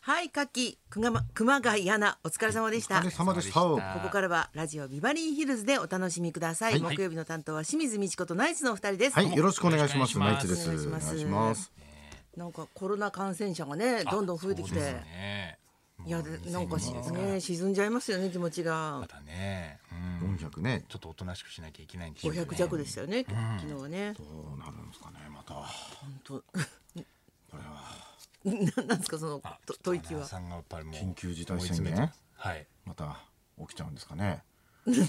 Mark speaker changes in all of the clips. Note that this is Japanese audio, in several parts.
Speaker 1: はい、かき、くがま、熊谷アナ、お疲れ様でした。
Speaker 2: お疲れ
Speaker 1: こ
Speaker 2: 様でした。
Speaker 3: お疲れ様でした
Speaker 1: こからはラジオビバリーヒルズでお楽しみください。
Speaker 2: はい
Speaker 1: 木曜日の担当は清水美智子とナイツのお二人です。
Speaker 2: はい、よろしくお願いします。
Speaker 3: お願
Speaker 2: ナ
Speaker 3: い
Speaker 2: イ
Speaker 3: し
Speaker 2: ツ
Speaker 3: ま
Speaker 2: ですす。お
Speaker 1: お願い
Speaker 2: 願い
Speaker 1: します
Speaker 2: します。
Speaker 1: なんかコロナ感染者がね、どんどん増えてき
Speaker 3: そうです
Speaker 1: て。
Speaker 3: ね
Speaker 1: いや、でなんかし
Speaker 3: もう2022ですから
Speaker 1: ね、沈んじゃいますよね、気持ちが
Speaker 3: ま。たね、うん
Speaker 2: 400ね。
Speaker 3: ちょっとおとなしくしなきゃいけないんです
Speaker 1: 500
Speaker 3: よね
Speaker 1: 弱でしたよね、昨日はね。
Speaker 2: どうなるんですかね、また。
Speaker 1: 本当。
Speaker 2: これは。
Speaker 1: ななんですか、その
Speaker 3: あ、
Speaker 1: と
Speaker 3: ちょっ
Speaker 1: 吐息
Speaker 3: 花
Speaker 1: は
Speaker 3: さ。んがやっぱりもう
Speaker 2: 緊急事態宣言
Speaker 3: 追い詰めてますはい
Speaker 2: また。起きちゃうんですかね。これは。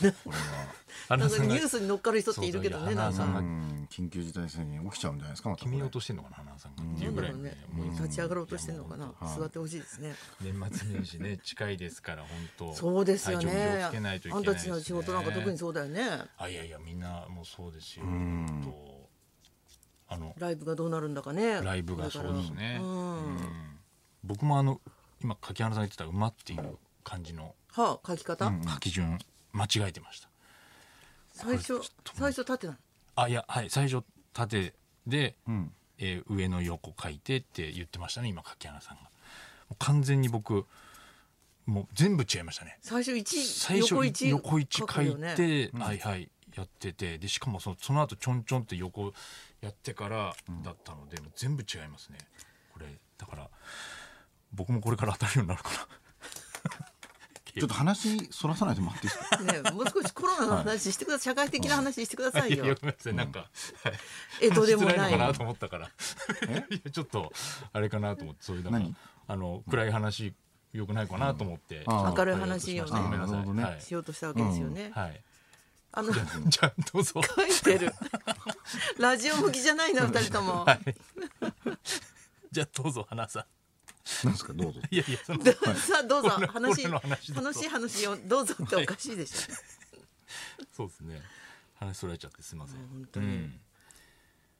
Speaker 1: なん
Speaker 3: 花
Speaker 1: か
Speaker 3: さんが
Speaker 1: ニュースに乗っかる人っているけど
Speaker 3: そう
Speaker 1: ね、
Speaker 3: いや
Speaker 1: なん
Speaker 3: 花さ
Speaker 1: か。
Speaker 2: うん緊急事態宣言起きちゃうんじゃないですか、またこ
Speaker 3: 決
Speaker 2: れ。
Speaker 3: めようとしてんのかな花さんがっていうぐらいねもう
Speaker 1: 立ち上がろうとしてるのかな、座ってほしいですね。
Speaker 3: 年末年始ね近いですから本当
Speaker 1: そうですよ
Speaker 3: 体調
Speaker 1: ね。
Speaker 3: 気をつけないといけな
Speaker 1: あ
Speaker 3: い
Speaker 1: ん
Speaker 3: で
Speaker 1: た
Speaker 3: す
Speaker 1: た
Speaker 3: ね
Speaker 1: ちの仕事なんか特にそうだよね。
Speaker 3: あいやいやみんなもうそうですよ
Speaker 2: ん
Speaker 3: とあの
Speaker 1: ライブがどうなるんだかね。
Speaker 3: ライブがそうです
Speaker 1: これから
Speaker 3: ね
Speaker 1: うん
Speaker 3: うん僕もあの今柿原さん言ってた馬っていう感じの
Speaker 1: はあ、書き方、
Speaker 3: 書き順間違えてました
Speaker 1: 最初
Speaker 3: これちょっと
Speaker 1: 最初立ってない。
Speaker 3: あいやはい最初縦で、
Speaker 2: うん。
Speaker 3: えー上の横書いてって言ってましたね今柿原さんがもう完全に僕もう全部違いましたね
Speaker 1: 最初一
Speaker 3: 最初
Speaker 1: 横一
Speaker 3: 横一書
Speaker 1: くよ
Speaker 3: い
Speaker 1: ね
Speaker 3: て、はいはいやっててでしかもそのその後ちょんちょんって横やってからだったので、もう全部違いますねこれだから僕もこれから当たるようになるかな
Speaker 2: ちょっと話そらさないでもらっていい ですか。
Speaker 1: ね、もう少しコロナの話してください。社会的な話してください
Speaker 3: いやいや
Speaker 1: よ。
Speaker 3: ごめんなさいなんか、はい
Speaker 1: えどうでも
Speaker 3: しづら
Speaker 1: ない
Speaker 3: のか
Speaker 1: い
Speaker 3: な。と思ったから いやちょっとあれかなと思ってそういうだから
Speaker 2: 何
Speaker 3: あの暗い話よくないかなと思って、
Speaker 2: うんあー
Speaker 1: 明るい話をね
Speaker 3: ちょっとごめんなさい
Speaker 2: なるほどね
Speaker 3: はい
Speaker 1: しようとしたわけですよね。
Speaker 3: はい、
Speaker 1: あの書い
Speaker 3: じゃあどうぞ
Speaker 1: てる。ラジオ向きじゃないな二人とも。
Speaker 3: はい じゃあどうぞ花さ
Speaker 2: なんですか、どうぞ。
Speaker 3: んいやいやそ の
Speaker 1: さあどうぞ
Speaker 3: 俺の
Speaker 1: 話
Speaker 3: 俺の話だと
Speaker 1: 楽しい話をどうぞっておかしいでしょ。
Speaker 3: そうですね話それちゃってすいません
Speaker 1: 本当に
Speaker 3: うん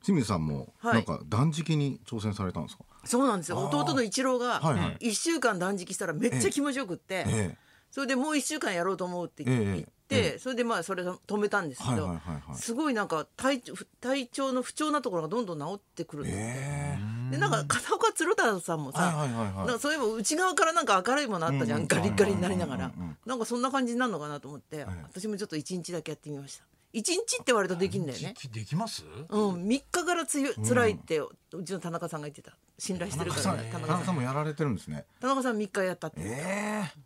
Speaker 2: 清水さんも、
Speaker 1: はい
Speaker 2: なんか断食に挑戦されたんですか。
Speaker 1: そうなんですよ弟の一郎が
Speaker 2: はいはい
Speaker 1: 1週間断食したらめっちゃ気持ちよくって、
Speaker 2: え
Speaker 1: それでもう1週間やろうと思うって言って、
Speaker 2: ええ
Speaker 1: それでまあそれが止めたんですけど、
Speaker 2: はいはいはいはい
Speaker 1: すごいなんか体調体調の不調なところがどんどん治ってくるん
Speaker 2: え。
Speaker 1: ですって、
Speaker 2: え
Speaker 1: でなんか片岡鶴太さんも
Speaker 2: え。
Speaker 1: さ、
Speaker 2: はいはいはい
Speaker 1: なん
Speaker 2: は
Speaker 1: かそういえば内側からなんか明るいものあったじゃん、
Speaker 2: うんうん
Speaker 1: ガリッガリになりながら、
Speaker 2: うんうんうん
Speaker 1: なんかそんな感じになるのかなと思って、私もちょっと1日だけやってみました1日って言われるとできるんだよね
Speaker 3: 時期できます
Speaker 1: うん、3日からつよ辛いってうちの田中さんが言ってた信頼して
Speaker 2: い。
Speaker 1: る
Speaker 2: 田
Speaker 1: か
Speaker 2: 中さ
Speaker 1: ら
Speaker 2: ん
Speaker 1: ね
Speaker 2: 田
Speaker 1: 田
Speaker 2: 中
Speaker 1: 中
Speaker 2: さ
Speaker 1: さ
Speaker 2: ん
Speaker 1: ん
Speaker 2: もやられてるんですね。
Speaker 1: 田中さん3日やったって
Speaker 2: ええ。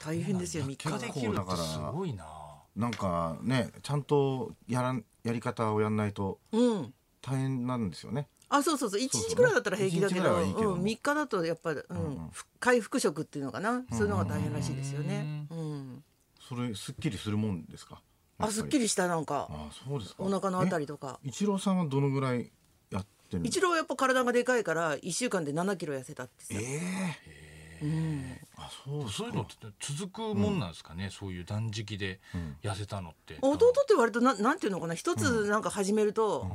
Speaker 1: 大変ですよ3日
Speaker 3: 結果できるってすごいな
Speaker 2: なんかね、ちゃんとやらん、やり方をやんないと
Speaker 1: うん
Speaker 2: 大変なんですよね。
Speaker 1: あそうそうそう1日くらいだったら平気だけ
Speaker 2: 一日ぐらい
Speaker 1: ど
Speaker 2: はいいけど
Speaker 1: うん、3日だとやっぱり、うんふ回復食っていうのかな、そういうのが大変らしいですよね、うん、
Speaker 2: それすっきりするもんですか。
Speaker 1: あすっき
Speaker 2: り。
Speaker 1: りしたなんか
Speaker 2: あ、そうですか。
Speaker 1: お腹のあたりとか
Speaker 2: え。一郎さんはどのぐらいやってるんです
Speaker 1: 一
Speaker 2: か。
Speaker 1: 郎はやっぱ体がでかいから1週間で7キロ痩せたって
Speaker 2: え
Speaker 1: さ
Speaker 2: え。あ、そうですか。
Speaker 3: そういうのって続くもんなんですかね、そういう断食で痩せたのって、
Speaker 1: 弟って割とななんていうのかな一つなんか始めると、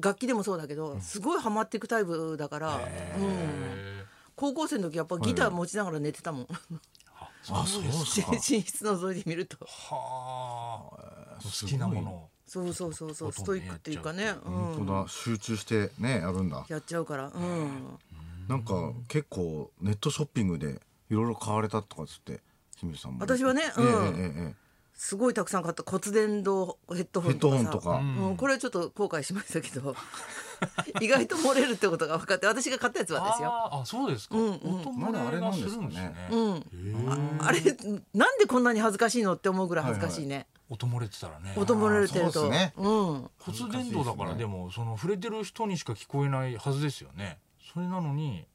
Speaker 1: 楽器でもそうだけどすごいハマっていくタイプだから、うん、
Speaker 3: へ
Speaker 1: 高校生の時やっぱギター持ちながら寝てたもん、。
Speaker 2: あ、そうです か
Speaker 1: 寝室覗いてみると
Speaker 3: ーはあ好きなものを
Speaker 1: そうそうそうそう
Speaker 3: と
Speaker 1: ス
Speaker 3: ん
Speaker 1: ト
Speaker 3: ど
Speaker 1: イ
Speaker 3: ね
Speaker 1: ックっていうかね、うん、
Speaker 2: 本当だ、集中してね、やるんだ。
Speaker 1: やっちゃうから、うん、
Speaker 2: なんか結構ネットショッピングでいろいろ買われたとかつって。清水さんも。
Speaker 1: 私はね
Speaker 2: ええ
Speaker 1: うん
Speaker 2: ええええ
Speaker 1: すごいたくさん買った骨伝導ヘッドホンとか
Speaker 2: ヘッ
Speaker 1: さ
Speaker 2: ドホンとか
Speaker 1: うん、これはちょっと後悔しましたけど 意外と漏れるってことが分かって私が買ったやつはですよ。
Speaker 3: あーあそうですか、音漏
Speaker 2: まだあ
Speaker 3: れ
Speaker 2: れ
Speaker 3: が
Speaker 2: なん
Speaker 3: す
Speaker 2: ですかね
Speaker 3: るんですね、
Speaker 1: うん、ああれなんでこんなに恥ずかしいのって思うぐらい恥ずかしいね、
Speaker 3: 音漏れてたらね
Speaker 1: 音漏れてる
Speaker 2: そう
Speaker 1: と
Speaker 2: っすね
Speaker 1: うん、
Speaker 3: 骨伝導だからで,、もその触れてる人にしか聞こえないはずですよねそれなのに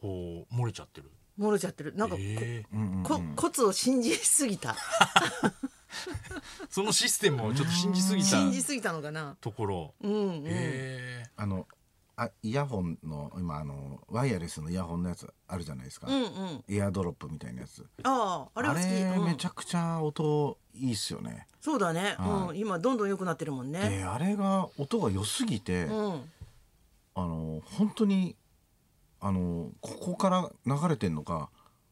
Speaker 3: こう漏れちゃってる
Speaker 1: 漏れちゃってるなんか、
Speaker 3: え
Speaker 2: う
Speaker 3: え
Speaker 2: んうん
Speaker 1: こコツを信じすぎた
Speaker 3: そのシステムをちょっと信じすぎた
Speaker 1: 信じすぎたのかな
Speaker 3: ところ
Speaker 1: うんうん、
Speaker 3: ええ
Speaker 2: あのあイヤホンの今あのワイヤレスのイヤホンのやつあるじゃないですか、
Speaker 1: うんうん
Speaker 2: エアドロップみたいなやつ
Speaker 1: あああれは好き、うん
Speaker 2: めちゃくちゃ音いいっすよね、
Speaker 1: そうだね、
Speaker 2: は
Speaker 1: うん、
Speaker 2: い
Speaker 1: 今どんどん良くなってるもんね
Speaker 2: であれが音が良すぎて、
Speaker 1: うん
Speaker 2: あの本当にあのここから流れてんのか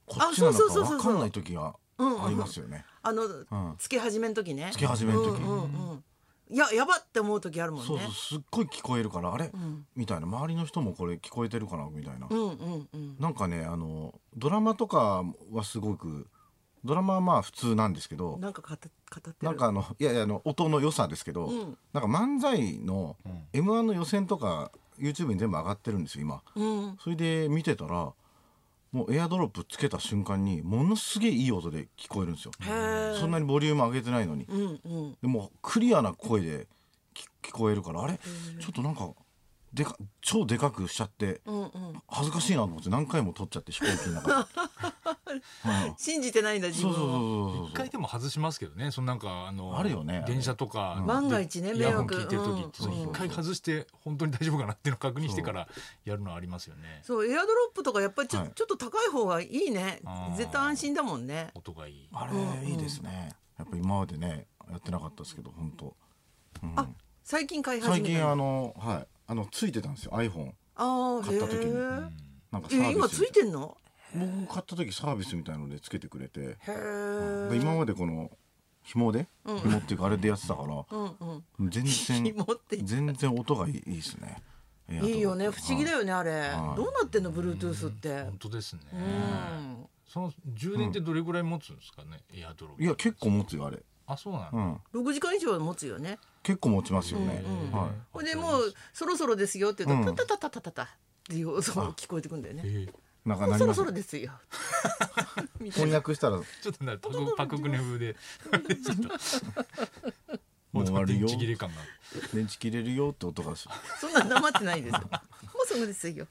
Speaker 2: こっちなの
Speaker 1: そうそう
Speaker 2: か
Speaker 1: そうそう
Speaker 2: 分かんない時が
Speaker 1: うんうん
Speaker 2: ありますよね、
Speaker 1: あの、
Speaker 2: ん
Speaker 1: つけ始めの時ね
Speaker 2: つけ始めの時、
Speaker 1: うんうんうんいややばって思う時あるもんね
Speaker 2: そうそうすっごい聞こえるからあれ、みたいな周りの人もこれ聞こえてるかなみたいな、
Speaker 1: うんうんうん
Speaker 2: なんかねあのドラマとかはすごくドラマはまあ普通なんですけど
Speaker 1: なんか語語ってる
Speaker 2: なんかあのいやいやあの音の良さですけど、
Speaker 1: うん
Speaker 2: なんか漫才の
Speaker 3: うん
Speaker 2: m 1の予選とか YouTube に全部上がってるんですよ今
Speaker 1: うん
Speaker 2: それで見てたらもうエアドロップつけた瞬間にものすげえいい音で聞こえるんですよ
Speaker 1: へえ
Speaker 2: そんなにボリューム上げてないのに
Speaker 1: うんうん
Speaker 2: でもクリアな声でき聞こえるからあれちょっとなんかでか超でかくしちゃって
Speaker 1: うんうん
Speaker 2: 恥ずかしいなと思って何回も撮っちゃって飛行機の 中で、はい
Speaker 1: 信じてないんだ自
Speaker 2: そ
Speaker 1: 分
Speaker 2: う
Speaker 1: を
Speaker 2: そうそうそう
Speaker 3: 一
Speaker 2: そう
Speaker 3: 回でも外しますけどねそのなんかあの
Speaker 2: あるよね
Speaker 3: 電車とか、
Speaker 2: うん
Speaker 1: 万が一ね
Speaker 3: イヤホン
Speaker 1: 迷惑
Speaker 3: 聞いてる時って
Speaker 1: うん
Speaker 3: その一回外して本当に大丈夫かなっていうのを確認してからやるのはありますよね
Speaker 1: そうエアドロップとかやっぱりちょ,、
Speaker 2: はい
Speaker 1: ちょっと高い方がいいね
Speaker 3: あー
Speaker 1: 絶対安心だもんね
Speaker 3: 音がいい
Speaker 2: あ
Speaker 1: うん
Speaker 2: れいいですねやっぱ今までねやってなかったですけど本当、うん
Speaker 1: あ最近買い始
Speaker 2: 最
Speaker 1: めた
Speaker 2: 近あ
Speaker 1: の
Speaker 2: のはいあのついてたんですよ iPhone
Speaker 1: あー
Speaker 2: 買った時に
Speaker 1: へ
Speaker 3: う
Speaker 1: ー
Speaker 3: ん
Speaker 2: なんかサービス
Speaker 1: え今ついてんの
Speaker 2: 僕買った時サービスみたいのでつけてくれて
Speaker 1: へえ
Speaker 2: で今までこの紐で
Speaker 1: うん
Speaker 2: 紐っていうかあれでやってたから、
Speaker 1: うんうん
Speaker 2: 全然
Speaker 1: 紐って
Speaker 2: 全然音がいいいいですねエアドロップ
Speaker 1: いいよね不思議だよねあれ
Speaker 2: はい
Speaker 1: どうなってんの Bluetooth って
Speaker 3: 本当ですね
Speaker 1: うん
Speaker 3: その充電ってどれぐらい持つんですかねエアドロップ
Speaker 2: いや結構持つよあれ
Speaker 3: あそうなんだ
Speaker 2: うん
Speaker 1: 6時間以上持つよね
Speaker 2: 結構持ちますよね、
Speaker 1: うん
Speaker 2: はい
Speaker 1: ほんでもうそろそろですよって言う
Speaker 2: う
Speaker 1: と
Speaker 2: ん
Speaker 1: タタタタタタっていう音が聞こえてくんだよね
Speaker 3: えー
Speaker 2: なんか
Speaker 1: もう
Speaker 2: な
Speaker 1: そろ
Speaker 2: ります
Speaker 1: そろですよみたい
Speaker 2: 翻
Speaker 1: な
Speaker 2: 訳したら
Speaker 3: ちょっとなんかパクパククネ 風でちょっと
Speaker 2: もう終わるよ
Speaker 3: 電池切れ感が
Speaker 2: 電池切れるよって音がし
Speaker 1: そんな黙ってないですよもうすぐですよ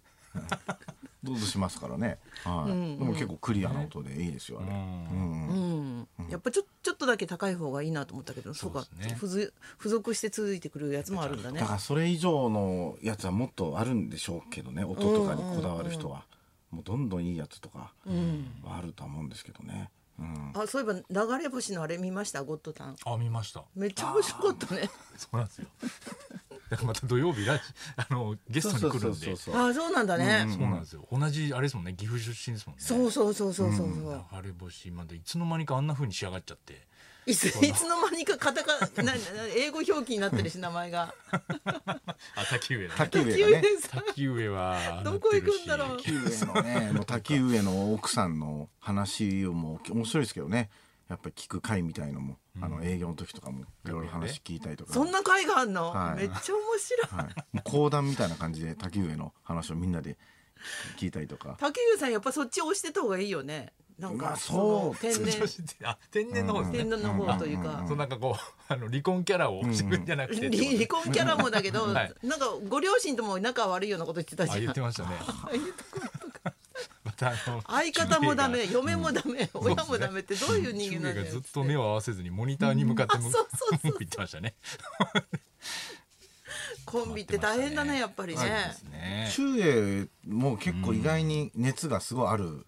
Speaker 2: どうぞしますからね、はい
Speaker 1: うんうん
Speaker 2: でも結構クリアな音でいいですよあれ、
Speaker 3: う
Speaker 2: うんん
Speaker 1: う
Speaker 2: うん
Speaker 1: んやっぱちょちょっとだけ高い方がいいなと思ったけどそうか
Speaker 3: そうですね
Speaker 1: 付随付属して続いてくるやつもあるんだね
Speaker 2: だからそれ以上のやつはもっとあるんでしょうけどね音とかにこだわる人は、もうどんどんいいやつとかはあると思うんですけどね、うん、
Speaker 1: あそういえば流れ星のあれ見ましたゴッドタン
Speaker 3: あ見ました
Speaker 1: めっちゃ面白かったね
Speaker 3: そうなんですよ だからまた土曜日ラジ あのゲストに来るんで
Speaker 2: そう
Speaker 1: あそうなんだね、
Speaker 3: そうなんですよ同じあれですもんね岐阜出身ですもんね
Speaker 1: そうそうそうそうそうそう、
Speaker 3: 流れ星までいつの間にかあんな風に仕上がっちゃって
Speaker 1: いついつの間にかカタカ なな英語表記になってるし名前が
Speaker 3: あ滝上だね
Speaker 2: 滝上がね
Speaker 3: 滝上は
Speaker 1: どこ行くんだろう
Speaker 3: なって
Speaker 2: 滝上 のねもう滝上の奥さんの話をもう面白いですけどねやっぱり聞く回みたいのも、あの営業の時きとかもいろいろ話聞いたりとか
Speaker 1: そんな会があんの、
Speaker 2: は
Speaker 1: め
Speaker 2: い
Speaker 1: っちゃ面白い
Speaker 2: はい、もう講談みたいな感じで滝上の話をみんなで聞いたりとか
Speaker 1: 竹生さんやっぱそっち押してた方がいいよねなん
Speaker 2: ま
Speaker 1: か
Speaker 2: あそう
Speaker 1: の天然
Speaker 3: るしあ天然の方です
Speaker 1: 天
Speaker 3: ね
Speaker 1: 然の方というか、
Speaker 3: そうなんかこうあ の離婚キャラをしてくんじゃなくてってこと
Speaker 1: 離離婚キャラもだけど、
Speaker 3: はい
Speaker 1: なんかご両親とも仲悪いようなこと言ってた
Speaker 3: あ
Speaker 1: じ
Speaker 3: 言
Speaker 1: ゃん
Speaker 3: ってましたねまたあの
Speaker 1: 相方もダメ
Speaker 3: 中継が
Speaker 1: 嫁もダメ、親もダメってどういう人間なんだ
Speaker 3: 中継
Speaker 1: よ
Speaker 3: がずっと目を合わせずにモニターに向かって
Speaker 1: うんあ
Speaker 3: 向
Speaker 1: そうそうそう
Speaker 3: く言ってましたね
Speaker 1: コンビって大変だねやっぱりね、
Speaker 3: ですね
Speaker 2: 中英も結構意外に熱がすごいある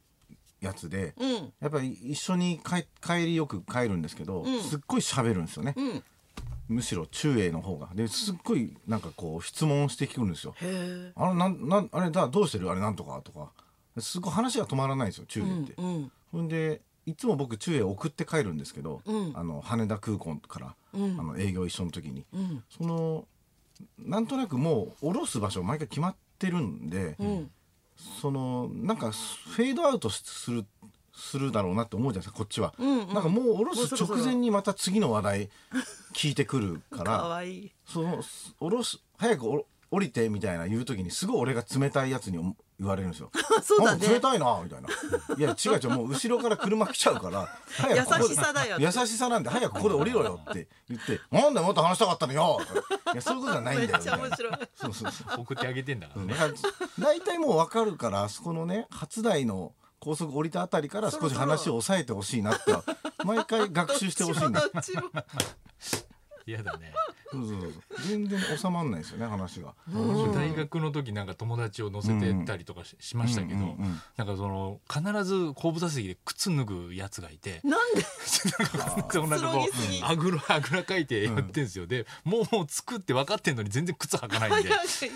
Speaker 2: やつで、
Speaker 1: うん
Speaker 2: やっぱり一緒に帰帰りよく帰るんですけど、
Speaker 1: ん
Speaker 2: すっごい喋るんですよね、
Speaker 1: うん
Speaker 2: むしろ中英の方がですっごいなんかこう質問してくるんですよ
Speaker 1: へえ
Speaker 2: あれなんなんあれだどうしてるあれなんとかとかすごい話が止まらないんですよ中英
Speaker 1: う
Speaker 2: っ
Speaker 1: ん
Speaker 2: て、
Speaker 1: うん
Speaker 2: ほんでいつも僕中英送って帰るんですけど、
Speaker 1: うん
Speaker 2: あの羽田空港から、
Speaker 1: うん
Speaker 2: あの営業一緒の時に、
Speaker 1: うん
Speaker 2: そのなんとなくもう降ろす場所毎回決まってるんで、
Speaker 1: うん
Speaker 2: そのなんかフェードアウトするするだろうなって思うじゃないですかこっちは、
Speaker 1: んうん
Speaker 2: なんかもう降ろす直前にまた次の話題聞いてくる
Speaker 1: か
Speaker 2: か
Speaker 1: らわいい
Speaker 2: その降ろす早くお降りてみたいな言う時にすごい俺が冷たいやつに思言われるんですよ。
Speaker 1: そうだね
Speaker 2: なんか冷たいなみたいな。いや違う違うもう後ろから車来ちゃうから早くここ
Speaker 1: 優しさだよ
Speaker 2: 優しさなんで早くここで降りろよって言ってなんだよもっと話したかったのよ。いやそういうことじゃないんだよ
Speaker 1: めっ
Speaker 2: み
Speaker 1: ち
Speaker 2: た
Speaker 1: ゃ
Speaker 2: いな
Speaker 1: 面。白い
Speaker 2: そうそうそう。
Speaker 3: 送ってあげてんだから
Speaker 2: うん
Speaker 3: ね
Speaker 2: だから大体もう分かるからあそこのね初台の高速降りたあたりから少し話を抑えてほしいなって毎回学習してほしいんだ
Speaker 1: どっちもどっちも
Speaker 3: 嫌だね
Speaker 2: そうそうそう全然収まんないですよね話が。
Speaker 3: 私大学の時なんか友達を乗せてたりとかし,、ましたけど、
Speaker 2: うんうんうん
Speaker 3: なんかその必ず後部座席で靴脱ぐやつがいて
Speaker 1: なんで
Speaker 3: そう なんかこ
Speaker 1: くつろぎすぎ
Speaker 3: うあぐら あぐらかいてやってんですよ、でもうもう作って分かってんのに全然靴履かないんで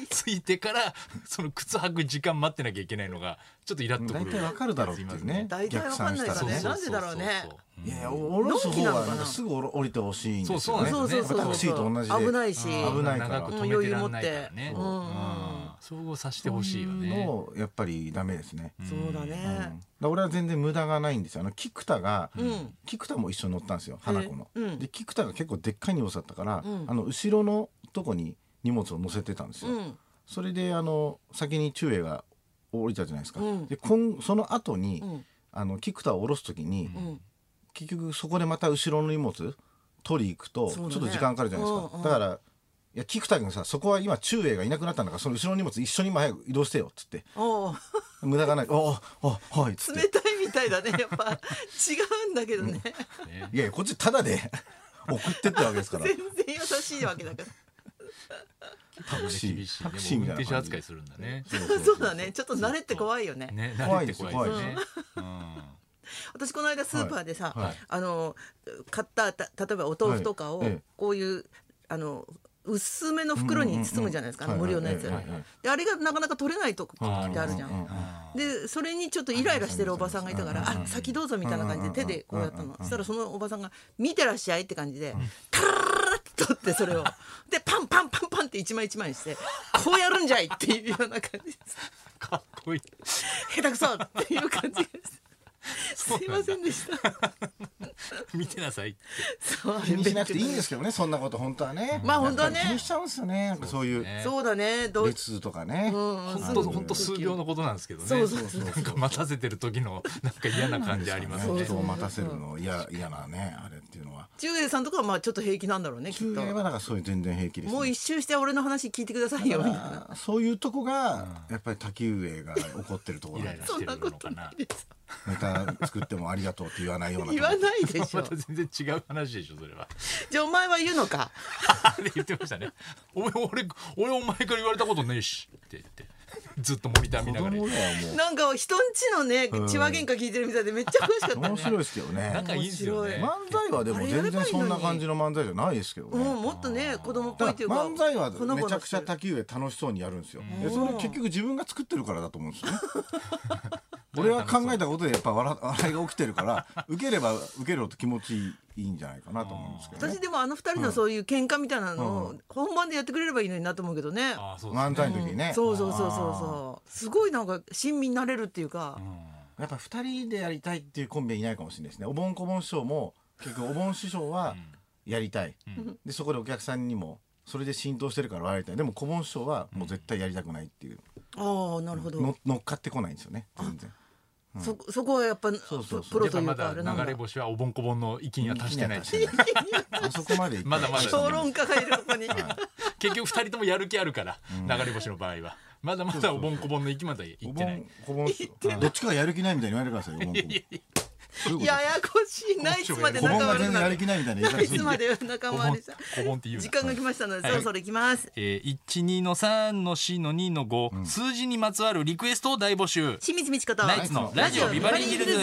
Speaker 3: 着いてからその靴履く時間待ってなきゃいけないのがちょっとイラッとく
Speaker 2: 大
Speaker 3: る
Speaker 2: 体分かるだろうっていうね
Speaker 1: 大体
Speaker 2: 逆
Speaker 1: わか
Speaker 2: 算
Speaker 1: ん
Speaker 2: し
Speaker 1: ない
Speaker 2: た
Speaker 1: かららね
Speaker 2: ね。
Speaker 1: なんでだろうね
Speaker 2: いやいや降ろす方
Speaker 1: のんきなの
Speaker 2: は
Speaker 1: かな
Speaker 2: なんかすぐ降りてほしいんですよね。
Speaker 3: そうそうなんです
Speaker 1: そうそうそうそう
Speaker 2: タクシーと同じで
Speaker 1: 危ないし
Speaker 2: 危ないから
Speaker 3: 長く止めてらんないからね
Speaker 1: うん余裕持ってうん
Speaker 3: うん総合させてほしいよね。
Speaker 2: のやっぱりダメですね。
Speaker 3: ん
Speaker 1: そうだ
Speaker 2: うんだか
Speaker 1: ね。
Speaker 2: ら俺は全然無駄がないんですよ。あの菊田が、
Speaker 1: うん。
Speaker 2: 菊田も一緒に乗ったんですよ花子の。
Speaker 1: えうん
Speaker 2: で菊田が結構でっかい荷物だったから、
Speaker 1: うん
Speaker 2: あの後ろのとこに荷物を乗せてたんですよ。
Speaker 1: うん。
Speaker 2: それであの先に中英が降りたじゃないですか。
Speaker 1: うん
Speaker 2: でこんその後に、
Speaker 1: うん。
Speaker 2: あの菊田を降ろす時に、
Speaker 1: うん。
Speaker 2: 結局そこでまた後ろの荷物取り行くと、ち
Speaker 1: そ
Speaker 2: ょ
Speaker 1: う
Speaker 2: っ
Speaker 1: だね
Speaker 2: と時間かかるじゃないですか。
Speaker 1: うんうん
Speaker 2: だからいや菊田君さそこは今中英がいなくなったんだからその後ろの荷物一緒に前移動してよっつって
Speaker 1: おう
Speaker 2: 無駄がない「おーおーはい」っつって
Speaker 1: 冷たいみたいだね。やっぱ違うんだけどね。
Speaker 2: いやいやこっちただで 送ってったわけです から
Speaker 1: 全然優しいわけだから。
Speaker 2: タクシ
Speaker 3: 厳し
Speaker 2: ー
Speaker 3: いね
Speaker 2: タクシーみたい
Speaker 3: も
Speaker 2: な
Speaker 3: う運転
Speaker 2: 感
Speaker 3: 手
Speaker 2: じ
Speaker 3: 扱いするんだね。
Speaker 1: そうだね。ちょっと慣れって怖いよね。
Speaker 3: ね、慣
Speaker 2: 怖
Speaker 3: れ
Speaker 2: い
Speaker 3: て
Speaker 2: です
Speaker 3: 怖いですね。
Speaker 1: 私この間スーパーでさ、
Speaker 2: はいはい
Speaker 1: あの買ったた例えばお豆腐とかを
Speaker 2: はいええ
Speaker 1: こういう、あの薄めの袋に包むじゃないですか、
Speaker 2: うんうんうん
Speaker 1: あの無料のやつ、
Speaker 2: はいはいはいはい
Speaker 1: であれがなかなか取れないとこって
Speaker 2: あ
Speaker 1: あるじゃん。
Speaker 2: うんうんうん
Speaker 1: でそれにちょっとイライラしてるおばさんがいたから「あ先どうぞ」みたいな感じで手でこうやったのそしたらそのおばさんが「見てらっしゃい」って感じでタララララって取ってそれをでパンパンパンパンって一枚一枚にして「こうやるんじゃい」っていうような感じです
Speaker 3: かっこいい。
Speaker 1: 下手くそっていう感じですすいませんでした
Speaker 3: 見てなさいって。
Speaker 1: そう
Speaker 2: 気にしなくていいんですけどねそんなこと本当はね
Speaker 1: まあ本当はね
Speaker 2: やっぱり気にしちゃうんですよねなんかそういう
Speaker 3: ね
Speaker 1: そうだねどう
Speaker 2: 列とかね
Speaker 3: 本当本当数秒のことなんですけどね。
Speaker 1: そうそうそう
Speaker 3: なんか待たせてる時のなんか嫌な感じあります
Speaker 2: そう
Speaker 3: ね。
Speaker 2: 人を待たせるの嫌嫌なねあれっていうのは
Speaker 1: 中英さんとかはまあちょっと平気なんだろうねきっ
Speaker 2: 中
Speaker 1: と
Speaker 2: 英はなんかそういう全然平気ですね
Speaker 1: もう一周して俺の話聞いてくださいよみたいな
Speaker 2: あーそういうとこがやっぱり滝上が怒ってるところ
Speaker 3: イ
Speaker 2: な
Speaker 3: ラ
Speaker 2: ん
Speaker 3: イ
Speaker 2: で
Speaker 3: ラ
Speaker 2: す
Speaker 3: してるのかな。
Speaker 2: ネタ作ってもありがとうって言わないようなと
Speaker 1: 言
Speaker 2: こ
Speaker 1: わないでし
Speaker 3: ま
Speaker 1: ょ
Speaker 3: た全然違う話でしょそれは。
Speaker 1: じゃあお前は言うのか
Speaker 3: って言ってましたね。お前俺俺お前から言われたことねえしって言ってずっとモニター見なが
Speaker 2: 子
Speaker 3: ら
Speaker 2: 供らは
Speaker 1: なんか人んちのね血話喧嘩聞いてるみたいでめっちゃ楽しか
Speaker 2: もう面
Speaker 1: った
Speaker 2: 白い
Speaker 1: ね
Speaker 2: ですけどね
Speaker 3: 仲いいですよね。
Speaker 2: 漫才はでも全然そんな感じの漫才じゃないですけどね。
Speaker 1: もうもっとね子供っぽい
Speaker 2: だ
Speaker 1: っ
Speaker 2: か
Speaker 1: てい
Speaker 2: ら
Speaker 1: うか
Speaker 2: 漫才は
Speaker 1: ほのぼ
Speaker 2: め
Speaker 1: の
Speaker 2: ちゃくちゃ
Speaker 1: してる
Speaker 2: 滝上楽しそうにやるんですよ。でそれ結局自分が作ってるからだと思うんですよね。 俺は考えたことでやっぱ笑笑いが起きてるから受ければ受けると気持ちいいんじゃないかなと思うんですけどね
Speaker 1: 私。でもあの二人のそういう喧嘩みたいなのを本番でやってくれればいいのになと思うけどね
Speaker 3: ああそうですね
Speaker 2: 漫才の時にね。
Speaker 1: そうそうそうそうそうすごいなんか親身になれるっていうか
Speaker 2: やっぱ二人でやりたいっていうコンビはいないかもしれないですね。おぼんこぼん師匠も結局おぼん師匠はやりたい。でそこでお客さんにもそれで浸透してるから笑いたい。でもこぼん師匠はもう絶対やりたくないっていう。
Speaker 1: ああなるほど
Speaker 2: の乗っかってこないんですよね全然
Speaker 1: そそこはやっぱ
Speaker 2: そうそうそう
Speaker 1: プロと
Speaker 3: やっ
Speaker 1: い
Speaker 3: ぱ
Speaker 1: うかあれな
Speaker 3: ま
Speaker 1: んだ
Speaker 3: だ流れ星はおぼんこぼんの域には達してない
Speaker 2: 気には達してないあそこまで行って
Speaker 3: まだまだ
Speaker 1: 評論家がいるここに
Speaker 3: 結局二人ともやる気あるから、流れ星の場合はまだまだおぼんこぼんの域まで行
Speaker 2: お
Speaker 3: って
Speaker 2: 盆
Speaker 3: ない
Speaker 2: お盆っすよどっちかがやる気ないみたいに言われてくださいよお盆お盆
Speaker 1: ややこしいナイツまで
Speaker 2: お盆
Speaker 1: 仲
Speaker 2: が
Speaker 1: 悪く
Speaker 2: 全然
Speaker 1: な
Speaker 2: や
Speaker 1: る
Speaker 2: る気ないみたいな言い
Speaker 1: ナ
Speaker 2: 方
Speaker 1: イ
Speaker 2: す
Speaker 1: ツ
Speaker 2: るん
Speaker 1: ま
Speaker 2: で
Speaker 1: で仲
Speaker 3: こぼ
Speaker 1: 間
Speaker 3: ん
Speaker 1: 割りさ
Speaker 3: こぼんっていうな
Speaker 1: 時間が来ましたので
Speaker 3: はい
Speaker 1: そろそろ行きます
Speaker 3: えー、12の3の4の2の5、数字にまつわるリクエストを大募集
Speaker 1: 清水美智子と
Speaker 3: ナイツのラジオビバリーヒルズ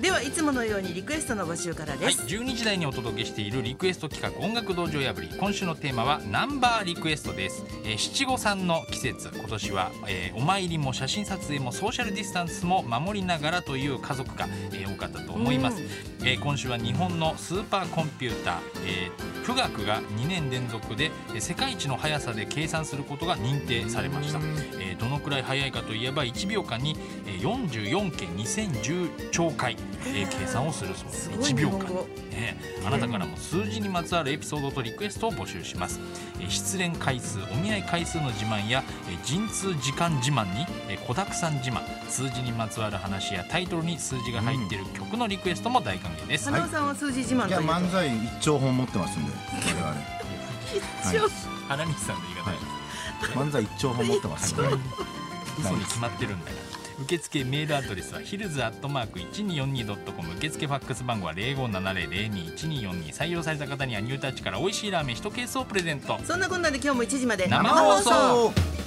Speaker 1: ではいつものようにリクエストの募集から
Speaker 3: は
Speaker 1: で
Speaker 3: い、
Speaker 1: す、
Speaker 3: 12時台にお届けしているリクエスト企画「音楽道場破り」今週のテーマは「ナンバーリクエスト」です、えー七五三の季節今年は、えーお参りも写真撮影もソーシャルディスタンスも守りながらという家族が、えー多かったと思います、
Speaker 1: うん
Speaker 3: えー今週は日本のスーパーコンピューター、えー富岳が2年連続でえー世界一の速さで計算することが認定されました、えーどのくらい速いかといえば1秒間にえー44件2010兆回、えー計算をするそうですす
Speaker 1: ごい
Speaker 3: 1
Speaker 1: 日
Speaker 3: 秒
Speaker 1: 本
Speaker 3: 間
Speaker 1: 語
Speaker 3: ね、あなたからも数字にまつわるエピソードとリクエストを募集しますえー失恋回数お見合い回数の自慢やえー陣痛時間自慢にえー子だくさん自慢数字にまつわる話やタイトルに数字が入っている曲のリクエストも大歓迎です、
Speaker 1: 花尾さんは数字自慢
Speaker 2: い
Speaker 1: とい
Speaker 2: や
Speaker 1: う
Speaker 2: 漫才一兆本持ってますんで我々
Speaker 1: 一応
Speaker 3: 花道さんの言い方で
Speaker 2: 漫才一兆本持ってますんで
Speaker 3: 嘘に決まってるんだから受付メールアドレスはヒルズアットマーク 1242.com 受付ファックス番号は0570021242採用された方にはニュータッチから美味しいラーメン1ケースをプレゼント
Speaker 1: そんなこんなで今日も1時まで
Speaker 3: 生放送
Speaker 2: 生放送